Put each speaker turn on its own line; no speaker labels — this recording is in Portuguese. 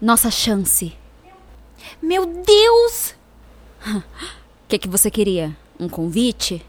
Nossa chance. é Meu Deus! O que, que você queria? Um convite?